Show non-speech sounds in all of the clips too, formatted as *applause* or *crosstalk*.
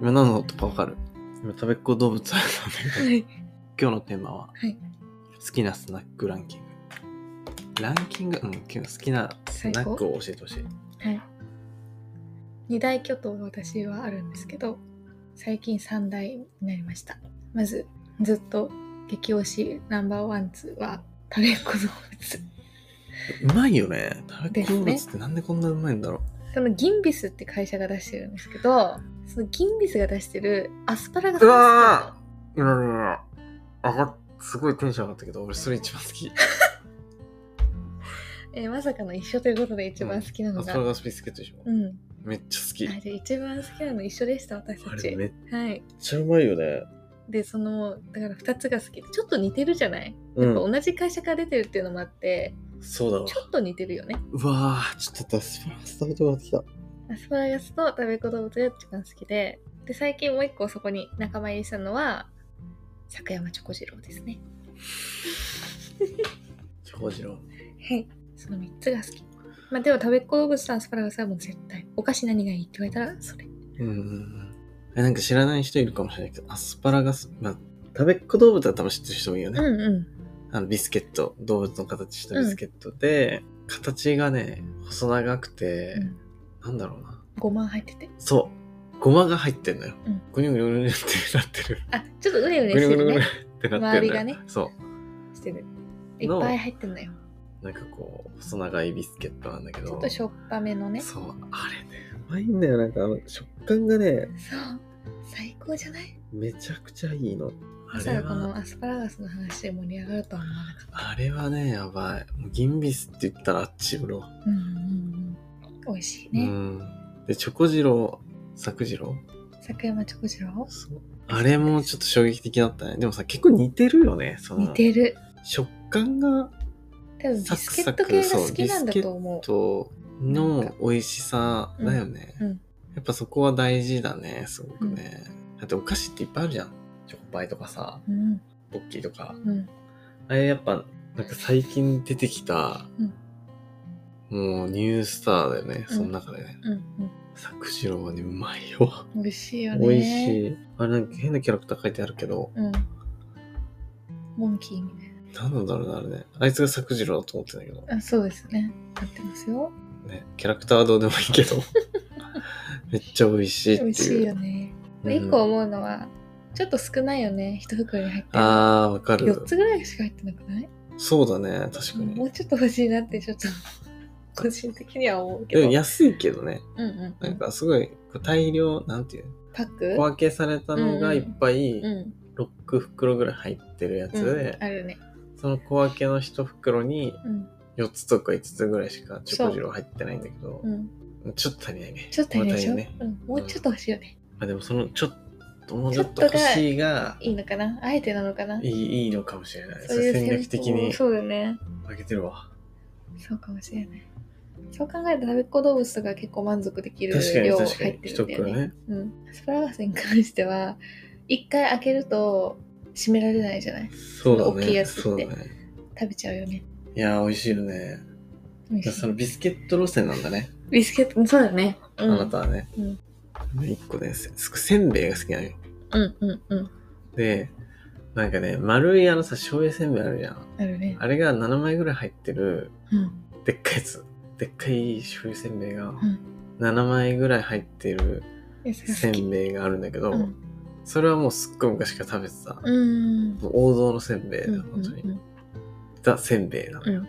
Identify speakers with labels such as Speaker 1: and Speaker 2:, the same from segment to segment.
Speaker 1: 今何の音かわかる今食べっ子動物園なんだけど
Speaker 2: はい。
Speaker 1: 今日のテーマは、
Speaker 2: はい
Speaker 1: 好きなスナックランキングランキングうん今日好きなスナックを教えてほしい
Speaker 2: はい。二大巨頭私はあるんですけど、最近三大になりました。まず、ずっと激推しナンバーワンツーは、タレコ動物。
Speaker 1: うまいよね食べっ子動物ってなんでこんなうまいんだろ
Speaker 2: *laughs* そのギンビスって会社が出してるんですけど、そのギンビスが出してるアスパラガス
Speaker 1: う
Speaker 2: の
Speaker 1: わううららら上がっすごいテンション上がったけど俺それ一番好き
Speaker 2: えーまさかの一緒ということで一番好きなの
Speaker 1: アスパ
Speaker 2: が。
Speaker 1: ラガスビスケットでしょ、
Speaker 2: うん。
Speaker 1: めっちゃ好き
Speaker 2: あじゃあ一番好きなの一緒でした、私
Speaker 1: あ
Speaker 2: た
Speaker 1: れ
Speaker 2: ち。
Speaker 1: めっ
Speaker 2: はい。
Speaker 1: ちゃうまいよね
Speaker 2: で、その、だから二つが好きで、ちょっと似てるじゃない、
Speaker 1: うん
Speaker 2: 同じ会社から出てるっていうのもあって、
Speaker 1: そうだわ
Speaker 2: ちょっと似てるよね。
Speaker 1: うわーちょっとアスパラガス食べたくなってきた
Speaker 2: アスパラガスと食べっ子動物が一番好きで、で、最近もう一個そこに仲間入りしたのは、坂山チョコ次郎ですね。
Speaker 1: チョコジロー
Speaker 2: はい。その3つが好き。まあでも食べっ子動物とアスパラガスはもう絶対。お菓子何がいいって言われたらそれ。
Speaker 1: うんうんうんえなんか知らない人いるかもしれないけどアスパラガスまあ食べっ子動物は多分知ってる人もいるよね、
Speaker 2: うんう
Speaker 1: あのビスケット動物の形したビスケットで、形がね細長くて、
Speaker 2: うん。
Speaker 1: なんだろうなん
Speaker 2: ごま入ってて。
Speaker 1: そうごまが入ってんのよ、
Speaker 2: うん
Speaker 1: ぐにゅぐにゅぐにゅってなってる
Speaker 2: あ、ちょっとうねうね
Speaker 1: ぐにゅぐ
Speaker 2: し
Speaker 1: に
Speaker 2: て
Speaker 1: ゅぐ
Speaker 2: る
Speaker 1: にゅ
Speaker 2: ね。
Speaker 1: ってなってるのよ
Speaker 2: 周りがね
Speaker 1: そ
Speaker 2: してる。
Speaker 1: の
Speaker 2: いっぱい入ってんだよ。
Speaker 1: うなんかこう細長いビスケットなんだけど
Speaker 2: ちょっとしょっぱめのね。そ
Speaker 1: そうあれねうまいんだよなんかあの食感がね
Speaker 2: う。最高じゃない
Speaker 1: めちゃくちゃいいのあ
Speaker 2: ま
Speaker 1: れ
Speaker 2: さかこ
Speaker 1: は
Speaker 2: のアスパラガスの話で盛り上がるとは思わなかっ
Speaker 1: あれはねやばいもうギンビスって言ったらあっちうろう
Speaker 2: た。うんうんうん。美味しいうね。
Speaker 1: ん。で、チョコジロー、作ジロ
Speaker 2: 坂山チョコ次郎
Speaker 1: ーそうあれもちょっと衝撃的だったね。でもさ、結構似てるよね。その
Speaker 2: 似てる。
Speaker 1: 食感が、
Speaker 2: 多分ビ
Speaker 1: サク
Speaker 2: スケ
Speaker 1: サ
Speaker 2: ッ
Speaker 1: ク
Speaker 2: ト系が好きなんだと思う。
Speaker 1: と、の美味しさだよね。
Speaker 2: うんうん
Speaker 1: やっぱそこは大事だね、すごくね。だってお菓子っていっぱいあるじゃん。チョコパイとかさ、
Speaker 2: うん
Speaker 1: ポッキーとか。
Speaker 2: うん。
Speaker 1: あれやっぱ、なんか最近出てきた、
Speaker 2: うん
Speaker 1: もうニュースターだよね、
Speaker 2: うん
Speaker 1: その中でね。
Speaker 2: うん
Speaker 1: 作ジローはね、うまいよ。
Speaker 2: うん。美味しいよね。
Speaker 1: 美味しい。あれなんか変なキャラクター書いてあるけど、
Speaker 2: うん。モンキーみたい
Speaker 1: 何なんだろうな、あれね。あいつが作次郎だと思ってんだけど、
Speaker 2: な。あ、そうですね。合ってますよ。
Speaker 1: ね、キャラクターはどうでもいいけ
Speaker 2: *laughs*
Speaker 1: ど、めっちゃ美味しいっていう。
Speaker 2: 美味しいよね。
Speaker 1: うん
Speaker 2: 一個思うのは、ちょっと少ないよね。一袋に入ってる。
Speaker 1: あー、わかる
Speaker 2: 4。つぐらいしか入ってなくない
Speaker 1: そうだね、確か
Speaker 2: も
Speaker 1: に。
Speaker 2: うちょっと欲しいなって、ちょっと、 *laughs* 個人的には思うけ
Speaker 1: で
Speaker 2: ど。
Speaker 1: も安いけどね、
Speaker 2: うんうんう
Speaker 1: なん
Speaker 2: ん。
Speaker 1: かすごいこう大量、なんていう
Speaker 2: パック
Speaker 1: 小分けされたのがいっぱい
Speaker 2: うん。
Speaker 1: 6袋ぐらい入ってるやつ
Speaker 2: うん
Speaker 1: で、
Speaker 2: あるね。
Speaker 1: その小分けの1袋に
Speaker 2: うん。
Speaker 1: 4つとか5つぐらいしかチョコジロー入ってないんだけど
Speaker 2: う、ん。
Speaker 1: ちょっと足りないね。
Speaker 2: ちょっとあれでしょ、
Speaker 1: 物足りないね
Speaker 2: うん、もうちょっと欲しいよね。
Speaker 1: まあでもそのちょっともうちょっと欲しいが
Speaker 2: いいのかなあえてなのかない
Speaker 1: いいいのかもしれない。
Speaker 2: そういう
Speaker 1: 戦略的に
Speaker 2: そうだよね。
Speaker 1: 負けてるわ。
Speaker 2: そうかもしれない。そう考えると食べっ子動物とか結構満足できる
Speaker 1: 確かに
Speaker 2: 量入
Speaker 1: 確かに
Speaker 2: っ。てる
Speaker 1: 一
Speaker 2: んだよ
Speaker 1: 袋
Speaker 2: ね。
Speaker 1: ね。
Speaker 2: うん。アスパラガスに関しては、一回開けると閉められないじゃない
Speaker 1: そうだ
Speaker 2: 大きい
Speaker 1: ね。
Speaker 2: やつって
Speaker 1: そうだね。
Speaker 2: 食べちゃうよね。
Speaker 1: いやー美味しいよね。
Speaker 2: 美味
Speaker 1: いや
Speaker 2: し
Speaker 1: そ
Speaker 2: い
Speaker 1: のビスケット路線なんだね。
Speaker 2: ビスケット、そうだね。
Speaker 1: あ
Speaker 2: うん。
Speaker 1: なたはね
Speaker 2: うん。
Speaker 1: 一個ね、せせんべいが好きなのよ。
Speaker 2: うんうんうん。
Speaker 1: で、なんかね、丸いあのさ、醤油せんべいあるじゃん。
Speaker 2: あるね。
Speaker 1: あれが7枚ぐらい入ってる、
Speaker 2: うん。
Speaker 1: でっかいやつ。でっかい醤油せんべいが
Speaker 2: ん、
Speaker 1: 7枚ぐらい入ってる
Speaker 2: えそれ
Speaker 1: せ
Speaker 2: 好き
Speaker 1: んべいがあるんだけど、
Speaker 2: うん。
Speaker 1: それはもうすっごい昔から食べてた。
Speaker 2: うん。
Speaker 1: もう王道のせんべいだ、
Speaker 2: うん
Speaker 1: 本当に。
Speaker 2: うん
Speaker 1: ザせんべいなの
Speaker 2: う
Speaker 1: よ。
Speaker 2: ん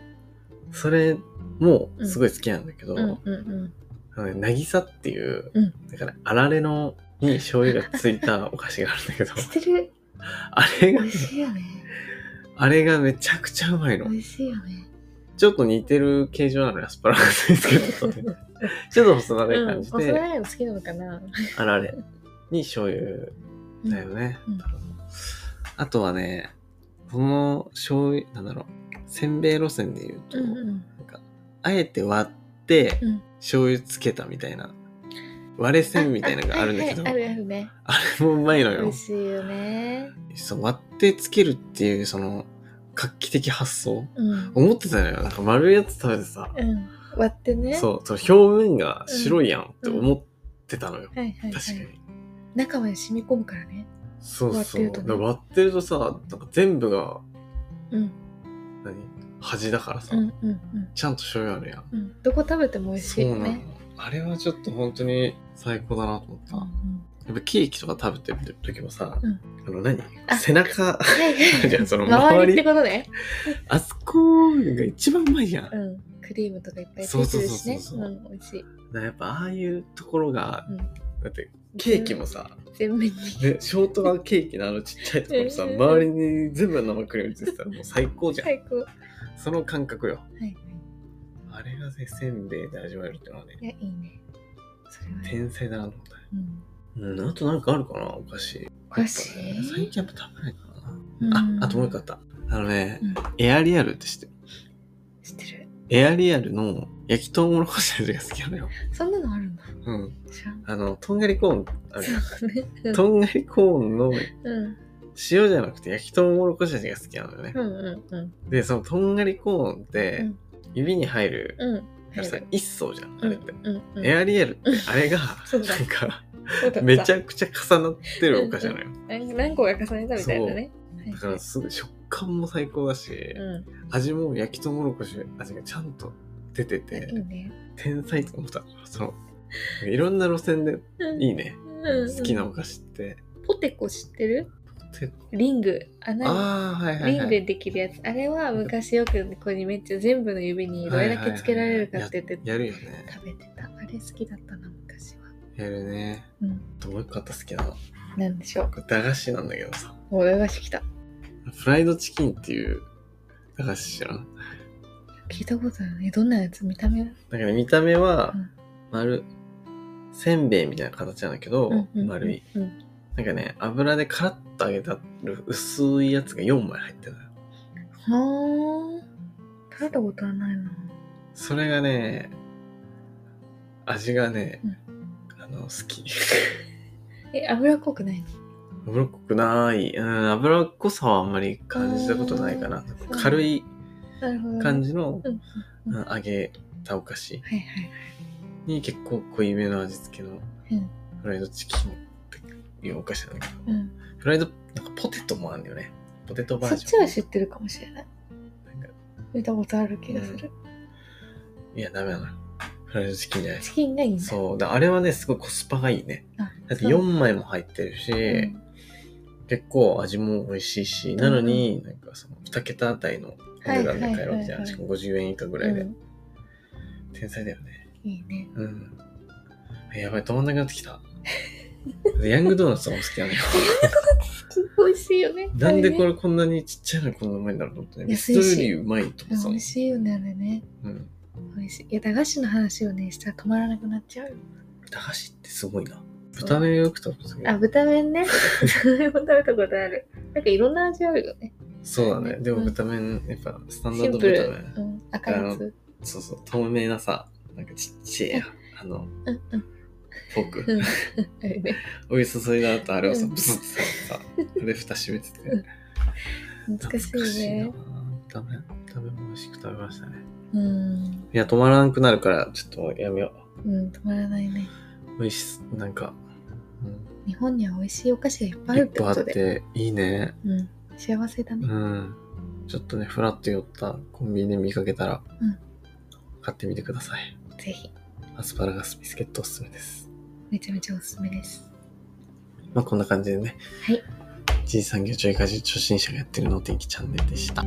Speaker 1: それもすごい好きなんだけど、
Speaker 2: うんうん
Speaker 1: あのね渚っていう、
Speaker 2: うん
Speaker 1: だからあられのに醤油がついたお菓子があるんだけど
Speaker 2: うん。、してる。
Speaker 1: *laughs* あれ
Speaker 2: 美
Speaker 1: が、
Speaker 2: 味しいよね。
Speaker 1: あれがめちゃくちゃうまいの
Speaker 2: 美。味しいよ
Speaker 1: *laughs*
Speaker 2: ね。
Speaker 1: ちょっと似てる形状なのよ、アスパラガスですけど、
Speaker 2: *laughs*
Speaker 1: ちょっと細長い感じ
Speaker 2: うん、
Speaker 1: で、
Speaker 2: 幼いの好きなのかな。
Speaker 1: あられに醤油だよね。
Speaker 2: うん
Speaker 1: 多分あとはね、この醤油、なんだろう、せんべい路線で言うと、
Speaker 2: うんうん
Speaker 1: なんか、あえて割って
Speaker 2: うん、
Speaker 1: 醤油つけたみたいな、割れせんみたいなのがあるんだけど、
Speaker 2: はい *laughs* はいあるあるね。
Speaker 1: あれもうまいの
Speaker 2: 美
Speaker 1: よ
Speaker 2: 味。しいよね。
Speaker 1: そう割ってつけるっていう、その、画期的発想
Speaker 2: うん。
Speaker 1: 思ってたのよ。なんか丸いやつ食べてさ、
Speaker 2: うん。割ってね。
Speaker 1: そう、その表面が白いやんって
Speaker 2: うん
Speaker 1: 思ってたのよ。
Speaker 2: はいはい、はい。
Speaker 1: 確かに。
Speaker 2: 中まで染み込むからね
Speaker 1: そうそう。
Speaker 2: 割ってるとね
Speaker 1: だから割ってるとさ、なんか全部が、
Speaker 2: うん
Speaker 1: 何端だからさ、
Speaker 2: うんうん
Speaker 1: ちゃんと醤油あるやん。
Speaker 2: うんうんどこ食べても美味し
Speaker 1: そ
Speaker 2: いうよ
Speaker 1: なの
Speaker 2: ね。
Speaker 1: あれはちょっと本当に最高だなと思った。
Speaker 2: うんうん
Speaker 1: やっぱケーキとか食べてる時もさ、
Speaker 2: うん
Speaker 1: あの何
Speaker 2: あ
Speaker 1: 背中、
Speaker 2: はいはい
Speaker 1: *laughs* じゃあその
Speaker 2: 周
Speaker 1: 周
Speaker 2: り
Speaker 1: り
Speaker 2: ってことね
Speaker 1: あそこが一番うまいやん。だか
Speaker 2: うんクリームとかいっぱいついてるしね
Speaker 1: そうそうそうそう
Speaker 2: うん美味しい
Speaker 1: らやっぱああいうところが、
Speaker 2: うん
Speaker 1: だってケーキもさ、
Speaker 2: 全面に
Speaker 1: ね、ショートパンケーキのあのちっちゃいところさ、
Speaker 2: うん
Speaker 1: 周りに全部生クリームついてたらもう最高じゃん。
Speaker 2: 最高は
Speaker 1: その感覚よ。
Speaker 2: いはい
Speaker 1: あれがね、せんべいで味わえるってのはね、
Speaker 2: いやいいねそれはね
Speaker 1: 天才だなと思ったね。
Speaker 2: うん
Speaker 1: うん、あとなんかあるかなお菓子。
Speaker 2: お菓子
Speaker 1: やっぱね最近やっぱ食べないか
Speaker 2: うん
Speaker 1: な。あ、あともう一個あった。あのね、
Speaker 2: うん
Speaker 1: エアリアルって知ってる
Speaker 2: 知ってる
Speaker 1: エアリアルの焼きとうもろこし味が好きなのよ。
Speaker 2: そんなのあるんだ
Speaker 1: うん。
Speaker 2: 知らん
Speaker 1: あの、とんがりコーンあるじゃん
Speaker 2: そうねうん
Speaker 1: とんがりコーンの
Speaker 2: うん
Speaker 1: 塩じゃなくて焼きとうもろこし味が好きなのよね
Speaker 2: う。んうんうん
Speaker 1: で、そのとんがりコーンって
Speaker 2: うん
Speaker 1: 指に入る
Speaker 2: うん
Speaker 1: からさ
Speaker 2: 入る、
Speaker 1: 一層じゃん、あれって。
Speaker 2: うんうん
Speaker 1: エアリアルってあれが、
Speaker 2: *laughs* そうだ
Speaker 1: なんか、
Speaker 2: そうだった
Speaker 1: めちゃくちゃ重なってるお菓子なのよ。
Speaker 2: 何何個が重ねたみたいなね
Speaker 1: だからすぐ食感も最高だし、
Speaker 2: うん
Speaker 1: 味も焼きとうもろこし味がちゃんと出てて、
Speaker 2: いいね
Speaker 1: 天才と思ったそのいろんな路線でいいね、好きなお菓
Speaker 2: 子
Speaker 1: 子って、
Speaker 2: ポテコ知ってる
Speaker 1: て
Speaker 2: リング穴
Speaker 1: ああはいはい
Speaker 2: リ
Speaker 1: は
Speaker 2: ン
Speaker 1: い
Speaker 2: グできるやつあれは昔よくここにめっちゃ全部の指にどれだけつけられるかって言って
Speaker 1: やるよね
Speaker 2: 食べてたあれ好きだったな昔は
Speaker 1: やるね
Speaker 2: うん
Speaker 1: どういう方好きなの
Speaker 2: なんでしょう
Speaker 1: これ駄菓子なんだけどさ
Speaker 2: お駄菓子きた
Speaker 1: フライドチキンっていう駄菓子知らん
Speaker 2: 聞いたことないねどんなやつ見た目
Speaker 1: だから見た目は
Speaker 2: うん
Speaker 1: 丸、せんべいみたいな形なんだけど、
Speaker 2: うんうんうん
Speaker 1: 丸い
Speaker 2: うん
Speaker 1: なんかね油でカラッと揚げた薄いやつが4枚入ってるのよ
Speaker 2: はあ食べたことはないな
Speaker 1: それがね味がね、
Speaker 2: うん
Speaker 1: あの好き *laughs*
Speaker 2: え脂っこくないの
Speaker 1: 脂っこくない、うん、脂っこさはあんまり感じたことないかな
Speaker 2: あー
Speaker 1: 軽い
Speaker 2: なるほどね
Speaker 1: 感じの、
Speaker 2: うんうん
Speaker 1: うん揚げたお菓子
Speaker 2: はいはい
Speaker 1: に結構濃いめの味付けの
Speaker 2: うん
Speaker 1: フライドチキンっていうお菓子なんだけど、
Speaker 2: うん
Speaker 1: フライドなんかポテトもあるんだよねポテトバ
Speaker 2: そ
Speaker 1: ー
Speaker 2: っ
Speaker 1: ジ
Speaker 2: ち
Speaker 1: ョン
Speaker 2: は知ってるかもしれない
Speaker 1: なんか
Speaker 2: 見たことある気がする、
Speaker 1: いやダメだなフライドチキンじゃない
Speaker 2: チキンがいいんだ
Speaker 1: そうだあれはねすごいコスパがいいね
Speaker 2: あ
Speaker 1: だって
Speaker 2: そう
Speaker 1: 4枚も入ってるし、
Speaker 2: うん
Speaker 1: 結構味も美味しいし、なのに、なんかその2桁あたりのお値段で買えるわけじゃ
Speaker 2: はいはいはいは
Speaker 1: ん。
Speaker 2: い
Speaker 1: しかも50円以下ぐらいで。
Speaker 2: うん
Speaker 1: 天才だよね。
Speaker 2: いいね
Speaker 1: うん。やばい、止まんなくなってきた。ヤングドーナツも好き
Speaker 2: *laughs*
Speaker 1: なのよ。
Speaker 2: 美味しいよね
Speaker 1: なんでこ
Speaker 2: れ
Speaker 1: れこんなにちっちゃいのにこんなうまいんだろうと思ってね。
Speaker 2: 安
Speaker 1: 人
Speaker 2: いし
Speaker 1: よりうまいと思ってた
Speaker 2: 美
Speaker 1: の
Speaker 2: 味しいよねあれね
Speaker 1: うん。
Speaker 2: 美味しいいや駄菓子の話をねしたら止まらなくなっちゃうよ
Speaker 1: 駄菓子ってすごいな。
Speaker 2: そう
Speaker 1: 豚麺よく食べたけ
Speaker 2: あ
Speaker 1: ど。
Speaker 2: 豚
Speaker 1: *laughs*
Speaker 2: 麺ねそれも食べたことあるなんかいろんな味あるよね
Speaker 1: そうだね。で
Speaker 2: う
Speaker 1: も
Speaker 2: ん
Speaker 1: 豚麺、やっぱスタンダ
Speaker 2: シ
Speaker 1: ード
Speaker 2: ンプ
Speaker 1: 豚
Speaker 2: ル、
Speaker 1: 麺。
Speaker 2: うん、赤いやつ
Speaker 1: そうそう、透明なさ、なんかちっちゃい、あの、
Speaker 2: うんうん
Speaker 1: フォーク。
Speaker 2: うんあれね
Speaker 1: お湯注いだ後あれをさ
Speaker 2: うん
Speaker 1: ブスッてさあれ蓋閉めてて
Speaker 2: うん難しいね
Speaker 1: 食べ食べも美味しく食べましたね
Speaker 2: うん
Speaker 1: いや止まらなくなるからちょっとやめよ
Speaker 2: うん止まらないね
Speaker 1: う美味しいなんか、うん
Speaker 2: 日本には美味しいお菓子がいっぱいあ
Speaker 1: い
Speaker 2: る
Speaker 1: っ
Speaker 2: って
Speaker 1: ぱい
Speaker 2: こ
Speaker 1: あ
Speaker 2: と
Speaker 1: っ
Speaker 2: で
Speaker 1: ていいね
Speaker 2: うん、幸せだ
Speaker 1: う
Speaker 2: ね。
Speaker 1: んちょっとねふらっと寄ったコンビニで見かけたら、
Speaker 2: うん
Speaker 1: 買ってみてください
Speaker 2: ぜひ、
Speaker 1: アスパラガスビスケットおすすめです
Speaker 2: めちゃめちゃおすすめです。
Speaker 1: まあこんな感じでね
Speaker 2: はい
Speaker 1: 一次産業ちょい家事初心者がやってるの天気チャンネルでした